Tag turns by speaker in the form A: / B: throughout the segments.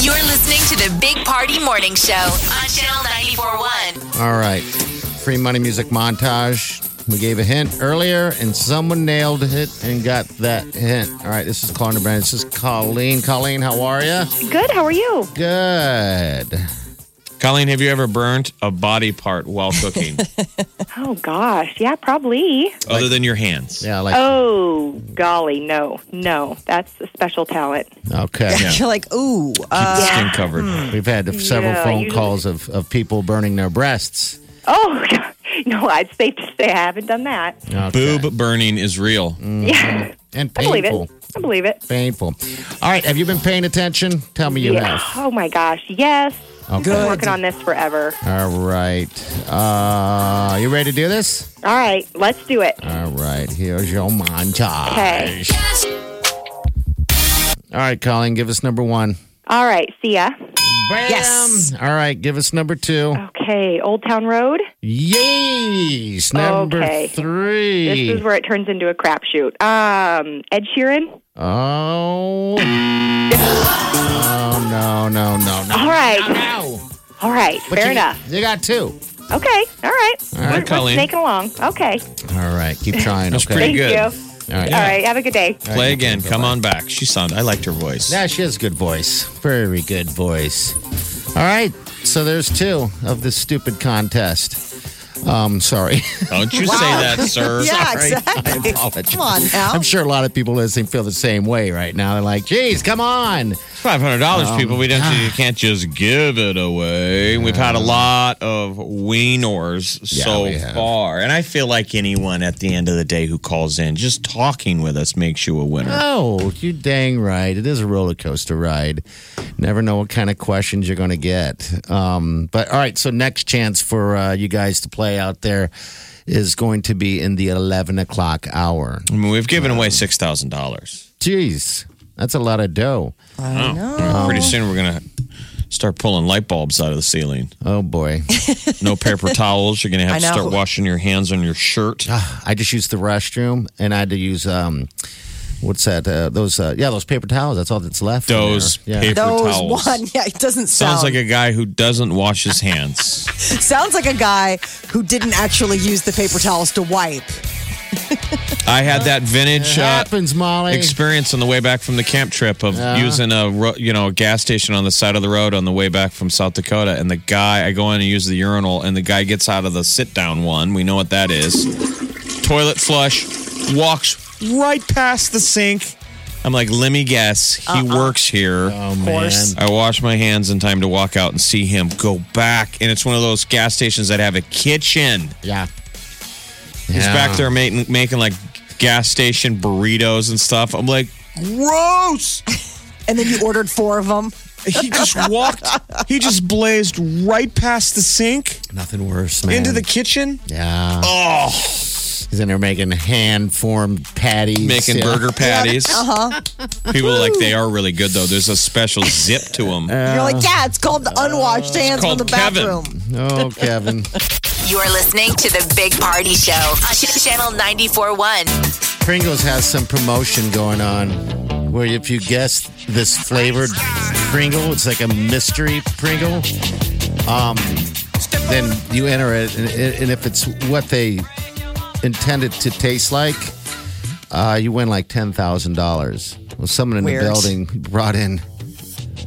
A: You're listening to the Big Party Morning Show on Channel 941.
B: All right. Free money music montage. We gave a hint earlier and someone nailed it and got that hint. All right, this is Colin Brand. This is Colleen. Colleen, how are you?
C: Good. How are you?
B: Good.
D: Colleen, have you ever burnt a body part while cooking,
C: Oh gosh, yeah, probably.
D: other than your hands?
B: Yeah, like,
C: Oh golly, no, no, that's a special talent.
B: okay.
E: You're like, ooh, uh,
D: Skin covered.
B: We've had several
C: Yeah,
B: phone
C: usually-
B: calls of, of people burning their breasts.
C: Oh no, it's safe to say I haven't done that.
B: Okay. Mm.
D: Boob burning is real.
C: Mm-hmm. Yeah,
B: And
C: I believe
B: painful.
C: it. I believe it.
B: Painful. All right, have you been paying attention? Tell me you
C: Yeah.
B: have.
C: Oh my gosh, yes.
B: Okay.
C: I've been working on this forever.
B: All right. Uh, you ready to do this?
C: All right, let's do it.
B: All right, here's your montage.
C: Okay.
B: All right, Colleen, give us number one.
C: All right, see ya.
B: Bam!
E: Yes.
B: All right, give us number two.
C: Okay, Old Town Road.
B: Yes! Number
C: Okay. This
B: three.
C: is where it turns into a crapshoot. Um, Ed Sheeran.
B: oh. oh, no, no, no, no.
C: All right,
B: No.
C: all right,
B: But
C: fair
B: you,
C: enough.
B: You got two.
C: Okay, all right. All
D: right,
C: we're,
D: Colleen.
C: we're snaking along. Okay,
B: All right, keep trying.
D: That's
B: okay.
D: pretty
C: thank
D: good.
C: you.
B: All right.
C: All right, have a good day.
D: Play again. Come on back. She sound. I liked her voice.
B: Yeah, she has a good voice. Very good voice. All right, so there's two of this stupid contest. Um, sorry.
D: Don't you say that, sir.
E: yeah,
B: Sorry.
E: exactly.
B: I apologize.
E: Come on now.
B: I'm sure a lot of people listening feel the same way right now. They're like, geez, come on.
D: Five hundred dollars,
B: Um,
D: people. We don't. You can't just give it away. We've had a lot of wieners
B: Yeah, we
D: so
B: have.
D: far, and I feel like anyone at the end of the day who calls in, just talking with us makes you a winner.
B: Oh, you dang right. It is a roller coaster ride. Never know what kind of questions you're going to get. Um, but all right, so next chance for uh, you guys to play out there is going to be in the 11 o'clock hour.
D: I mean, we've given away six thousand dollars.
B: Jeez, that's a lot of dough.
D: I know.
E: Um,
D: Pretty soon we're gonna start pulling light bulbs out of the ceiling.
B: Oh, boy.
D: No paper towels. You're gonna have
E: I
D: to start
E: know. Ah,
D: washing your hands on your shirt.
B: I just used the restroom and I had to use um, what's that? Uh, those uh, yeah, those paper towels. That's all that's left. in
D: Those
B: there. yeah.
D: paper
E: Those
D: towels.
E: one, yeah, it doesn't
D: Sounds
E: sound
D: like a guy who doesn't wash his hands.
E: sounds like a guy who didn't actually use the paper towels to wipe.
D: I had that vintage
B: It
D: uh,
B: happens, Molly.
D: experience on the way back from the camp trip of using a ro- you know a gas station on the side of the road on the way back from South Dakota, and the guy I go in and use the urinal, and the guy gets out of the sit down one. We know what that is. Toilet flush, walks right past the sink. I'm like, let me guess, he works here.
B: Of course.
D: I wash my hands in time to walk out and see him go back, and it's one of those gas stations that have a kitchen.
B: yeah.
D: He's back there making, making like gas station burritos and stuff. I'm like, gross.
E: And then you ordered four of them.
D: He just walked, he just blazed right past the sink
B: Nothing worse, man.
D: into the kitchen.
B: yeah. Oh. He's in there making hand formed patties,
D: Making
B: Yeah.
D: burger patties.
E: Uh-huh.
D: Uh huh. People are like, they are really good though. There's a special zip to them.
B: Uh,
E: You're like, yeah, it's called the unwashed hands
D: called
E: from the
D: Kevin.
E: bathroom.
B: Oh, Kevin.
A: You're listening to the Big Party Show on Ch- Channel 941.
B: Pringles has some promotion going on where if you guess this flavored Pringle, it's like a mystery Pringle. Um, then you enter it, and, and if it's what they intended to taste like, uh, you win like ten thousand dollars. Well, someone in
E: Weird.
B: the building brought in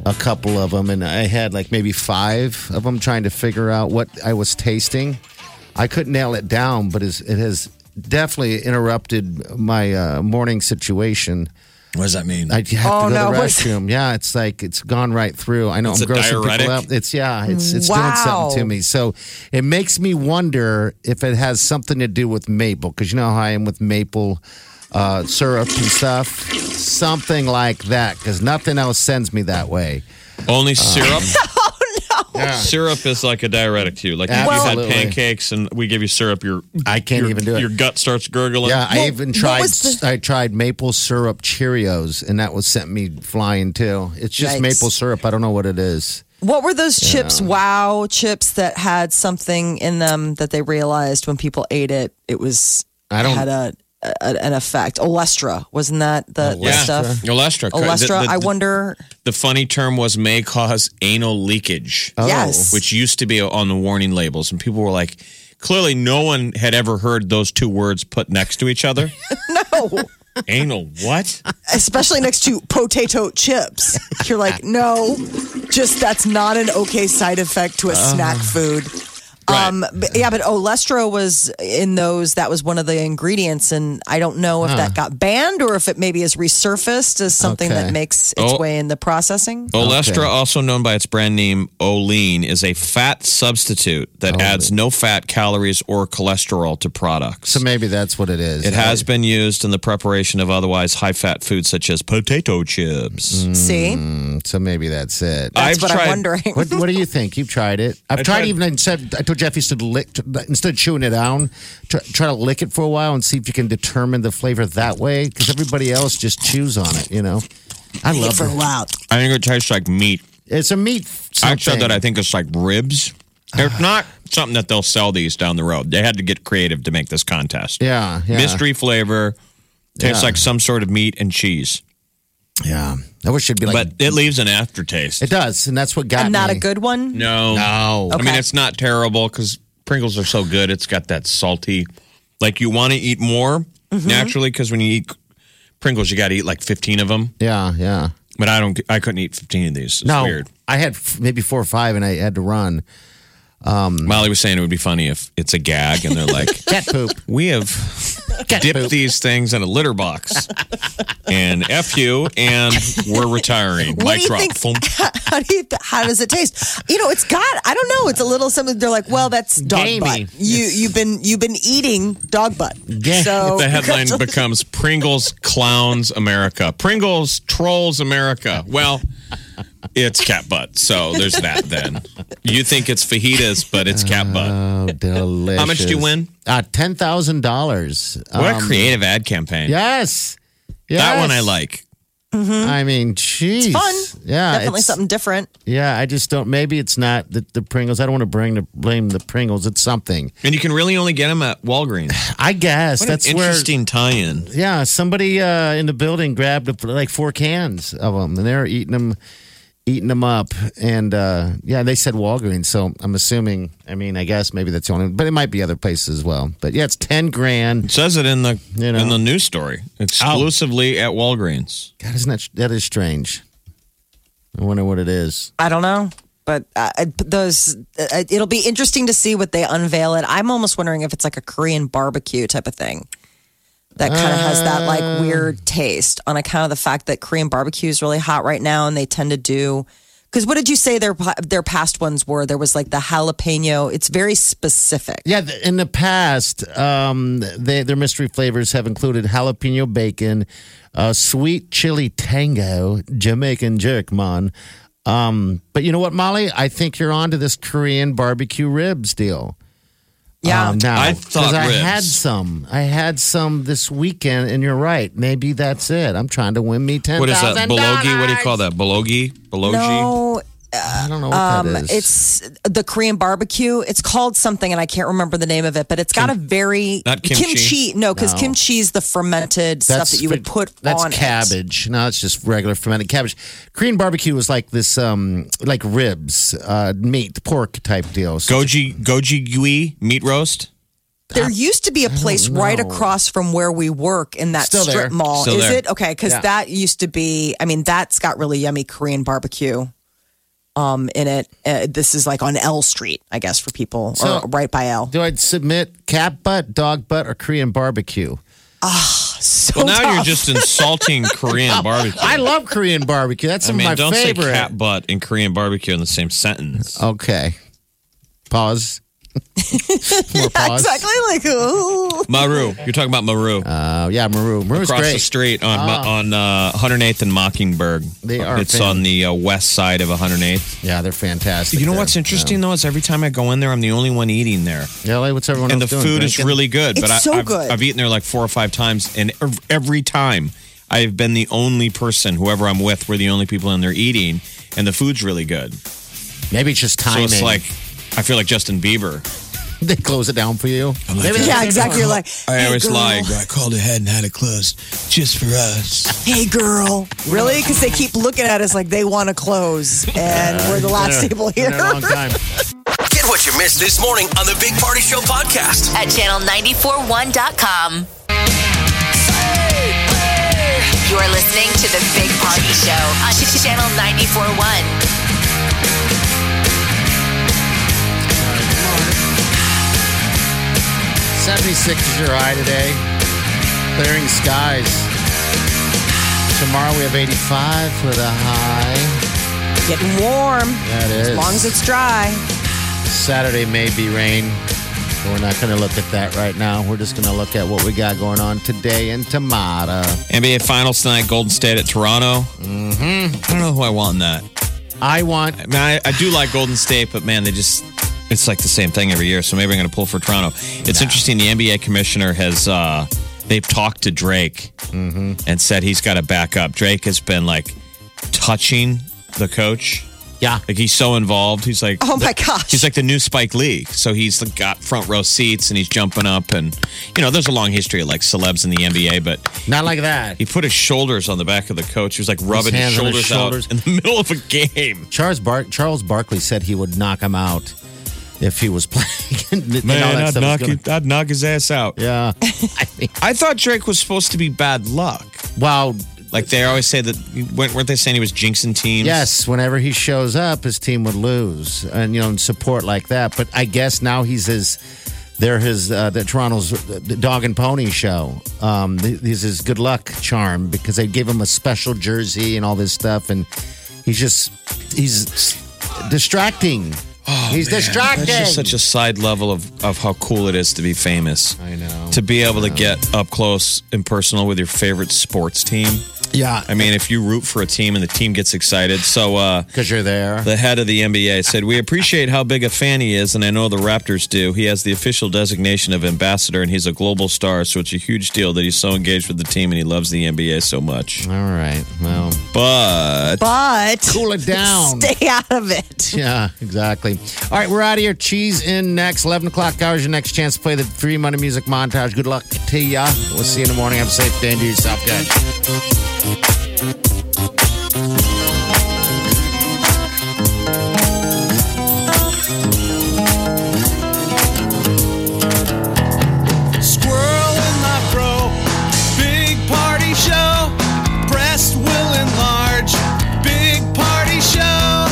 B: a couple of them, and I had like maybe five of them trying to figure out what I was tasting. I couldn't nail it down, but is- it has definitely interrupted my uh, morning situation.
D: What does that mean?
B: I have to go
E: Oh, no,
B: to the
E: what's-
B: restroom. Yeah, it's like it's gone right through. I know
D: It's
B: I'm
D: a
B: grossing
D: diuretic?
B: people out. It's yeah, it's it's doing
E: Wow.
B: something to me. So it makes me wonder if it has something to do with maple because you know how I am with maple uh, syrup and stuff, something like that. Because nothing else sends me that way.
E: Oh,
D: Only syrup?
B: uh, Yeah.
D: Syrup is like a diuretic to you. Like if you
B: Absolutely.
D: had pancakes and we give you syrup, your
B: I can't
D: your-
B: even do it.
D: Your gut starts gurgling.
B: Yeah, I
E: Well,
B: even
E: what
B: tried.
E: was
B: I tried maple syrup Cheerios, and that was sent me flying too. It's just
E: Yikes.
B: maple syrup. I don't know what it is.
E: What were those chips? Wow, chips that had something in them that they realized when people ate it, it was
B: I don't-
E: had a, a an effect. Olestra wasn't that the, the
D: Yeah.
E: stuff?
D: Olestra. The-
E: Olestra.
D: the-
E: I wonder.
D: The funny term was may cause anal leakage,
B: Oh,
E: yes,
D: Oh, which used to be on the warning labels, and people were like, clearly no one had ever heard those two words put next to each other.
E: no,
D: anal what?
E: especially next to potato chips. You're like, no, just that's not an okay side effect to a snack food.
D: Right.
E: Um, but, yeah, but Olestra was in those. That was one of the ingredients, and I don't know if that got banned or if it maybe is resurfaced as something
B: Okay.
E: that makes its
D: Oh.
E: way in the processing.
D: Olestra,
B: Okay.
D: also known by its brand name Olean, is a fat substitute that adds no fat, calories, or cholesterol to products.
B: So maybe that's what it is.
D: it has been used in the preparation of otherwise high fat foods such as potato chips.
E: See,
B: Mm, So maybe that's it.
E: that's
D: I've
E: what
D: tried-
E: I'm wondering.
B: what, what do you think? You've tried it. I've
D: I
B: tried,
D: tried-
B: even instead. I told Jeff he should lick instead of chewing it down. Try, try to lick it for a while and see if you can determine the flavor that way. Because everybody else just chews on it. You know, I love it.
E: loud.
D: I think it tastes like meat.
B: It's a meat.
D: I said
B: something.
D: that I think it's like ribs. It's not something that they'll sell these down the road. They had to get creative to make this contest.
B: Yeah, yeah.
D: Mystery flavor. Tastes
B: Yeah.
D: like some sort of meat and cheese.
B: Yeah, I wish it'd be like.
D: but it leaves an aftertaste.
B: it does, and that's what got
E: And not
B: me.
E: a good one.
D: no.
B: No.
D: I mean, it's not terrible because Pringles are so good. It's got that salty, like you want to eat more
B: Mm-hmm.
D: naturally because when you eat Pringles, you got to eat like 15 of them.
B: Yeah, yeah.
D: But I don't, I couldn't eat 15 of these. It's
B: No,
D: weird.
B: I had f- maybe four or five, and I had to run.
D: Molly was saying it would be funny if it's a gag and they're like,
B: Cat poop.
D: we have dipped these things in a litter box and F you and we're retiring.
E: What
D: Mic
E: do you
D: drop.
E: think?
D: Boom.
E: How do you? Th- how does it taste? You know, it's got. I don't know. It's a little something. They're like, well, that's dog
B: Gamey.
E: butt. You you've been you've been eating dog butt.
B: Yeah.
E: So
D: The headline becomes Pringles clowns America. Pringles trolls America. Well, it's cat butt. So there's that then. You think it's fajitas, but it's cat butt.
B: Oh, delicious.
D: How much do you win?
B: Uh, ten thousand dollars. Um,
D: What a creative ad campaign.
B: Yes. yes. Hmm.
D: That one I like.
B: I mean, jeez.
E: fun.
B: Yeah.
E: definitely
B: it's-
E: something different.
B: Yeah, I just don't. Maybe it's not the, the Pringles. I don't want to bring the blame the Pringles. It's something.
D: And you can really only get them at Walgreens.
B: I guess
D: What
B: that's
D: an
B: where.
D: interesting tie-in.
B: Yeah, somebody uh, in the building grabbed like four cans of them, and they're eating them, eating them up. And uh, yeah, they said Walgreens, so I'm assuming. I mean, I guess maybe that's the only, but it might be other places as well. But yeah, it's ten grand.
D: says it in the
B: You know.
D: in the news story exclusively at Walgreens.
B: God, isn't that that is strange? I wonder what it is.
E: I don't know, but uh, I- those uh, it'll be interesting to see what they unveil it. I'm almost wondering if it's like a Korean barbecue type of thing that kind of has that
B: Uh.
E: like weird taste on account of the fact that Korean barbecue is really hot right now, and they tend to do. Because what did you say their their past ones were? There was like the jalapeno. It's very specific.
B: Yeah, th- in the past, um, they, their mystery flavors have included jalapeno bacon, uh, sweet chili tango, Jamaican jerk man. Um, but you know what, Molly? I think you're onto this Korean barbecue ribs deal.
E: Yeah.
B: um, now,
D: I thought
B: 'Cause I
D: ribs.
B: had some. I had some this weekend, and you're right. Maybe that's it. I'm trying to win me ten.
D: What is that? Bologi? What do you call that? Bologi? Bologi?
E: No,
B: I don't know what
E: Um,
B: that is.
E: it's the Korean barbecue. It's called something, and I can't remember the name of it, but it's got a very
D: Not kimchi?
E: No, because kimchi's the fermented stuff that you would
B: fri-
E: put
B: that's
E: on it.
B: cabbage. No, it's just regular fermented cabbage. Korean barbecue is like this, um, like ribs, uh, meat, pork type deal. So
D: Goji Goji Gui meat roast?
E: There used to be a place right
B: know.
E: across from where we work in that
B: Still
E: strip
B: there.
E: mall.
D: Still
E: Is
D: there.
E: it okay? Because that used to be. I mean, that's got really yummy Korean barbecue. Um, in it, uh, this is like on L Street, I guess, for people
B: So-
E: or right by L.
B: do I submit cat butt, dog butt, or Korean barbecue?
E: So
D: Well, now
E: tough.
D: you're just insulting Korean barbecue.
B: I love Korean barbecue. That's
D: I
B: some
D: mean,
B: of my
D: don't
B: favorite.
D: say cat butt and Korean barbecue in the same sentence.
B: okay, pause. More pause.
E: Exactly. Like, ooh.
D: Maru. You're talking about Maru.
B: Uh, yeah, Maru. Maru's
D: Across
B: great.
D: the street on on uh, 108th and Mockingbird.
B: They are
D: It's
B: famous.
D: on the uh, west side of uh, 108th.
B: Yeah, they're fantastic.
D: You know
B: there.
D: what's interesting though is every time I go in there, I'm the only one eating there,
B: Yeah, LA, what's everyone
D: and the
B: else doing?
D: food is
B: Drinking?
D: really good. but
E: It's
D: I,
E: so
D: I've,
E: good.
D: I've eaten there like four or five times, and ev- every time I have been the only person, whoever I'm with, we're the only people in there eating, and the food's really good.
B: Maybe it's just timing.
D: So it's like I feel like Justin Bieber.
B: they close it down for you. Maybe
E: Yeah, exactly. You're like,
D: I always
E: girl.
D: lie.
F: I called ahead and had it closed just for us.
E: hey, girl. Really? Because they keep looking at us like they want to close, and we're the last people
B: Been
E: here.
B: there a long time.
G: Get what you missed this morning on the Big Party Show podcast.
A: at channel941.com. You're listening to the Big Party Show on Ch- channel 941.
B: Seventy-six is your high today. Clearing skies. Tomorrow we have eighty-five for the high.
E: Getting warm.
B: That is.
E: As long as it's dry.
B: Saturday may be rain. but We're not going to look at that right now. We're just going to look at what we got going on today and tomorrow.
D: NBA Finals tonight, Golden State at Toronto. Mm-hmm. I don't know who I want in that.
B: I want
D: I mean, I, I do like Golden State, but man, they just. It's like the same thing every year, so maybe I'm going to pull for Toronto. It's interesting. The NBA commissioner has uh, they've talked to Drake
E: Mm-hmm.
D: and said he's got to back up. Drake has been like touching the coach,
B: yeah.
D: like he's so involved. He's like,
E: Oh my gosh.
D: He's like the new Spike Lee. So he's got front row seats and he's jumping up. And, you know, there's a long history of like celebs in the NBA, but
B: Not like that.
D: he put his shoulders on the back of the coach. He was like rubbing his,
B: hands on
D: shoulders,
B: his shoulders.
D: out in the middle of a game.
B: Charles Bar- Charles Barkley said he would knock him out if he was playing. And all that stuff is gonna-
D: I'd knock his ass out.
B: Yeah.
D: I thought Drake was supposed to be bad luck.
B: Wow.
D: Like they always say that, weren't they saying he was jinxing teams?
B: Yes, whenever he shows up, his team would lose, and you know, and support like that. But I guess now he's his, they're his, uh, the Toronto's uh, the dog and pony show. Um, th- he's his good luck charm because they give him a special jersey and all this stuff, and he's just he's distracting. he's distracting.
D: Oh, That's just such a side level of, of how cool it is to be famous. I know. To be able to get up close and personal with your favorite sports team.
B: yeah,
D: I mean, if you root for a team and the team gets excited. So, uh,
B: because you're there.
D: the head of the NBA said, We appreciate how big a fan he is, and I know the Raptors do. He has the official designation of ambassador, and he's a global star, so it's a huge deal that he's so engaged with the team and he loves the NBA so much.
B: all right, well,
D: But
E: But
B: cool it down.
E: stay out of it.
B: Yeah, exactly. All right, we're out of here. Cheese in next. 11 o'clock hour is your next chance to play the free money music montage. Good luck to ya. We'll see you in the morning. Have a safe day and do yourself good.
F: Squirrel in my bro. Big party show. Breast will enlarge. Big party show.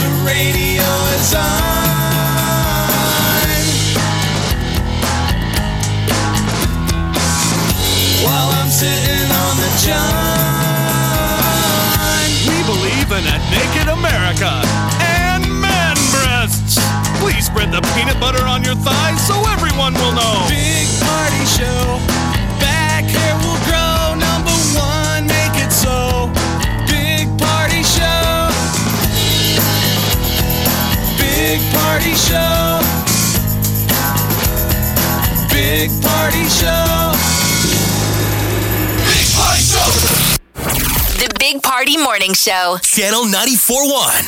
F: The radio is on. While I'm sitting on the john. We believe in a naked America and man breasts. Please spread the peanut butter on your thighs so everyone will know. Big party show. Back hair will grow. Number one, make it so. Big party show. Big party show. Big party show.
G: Big Party Show.
A: The Big Party Morning Show.
G: Channel 941.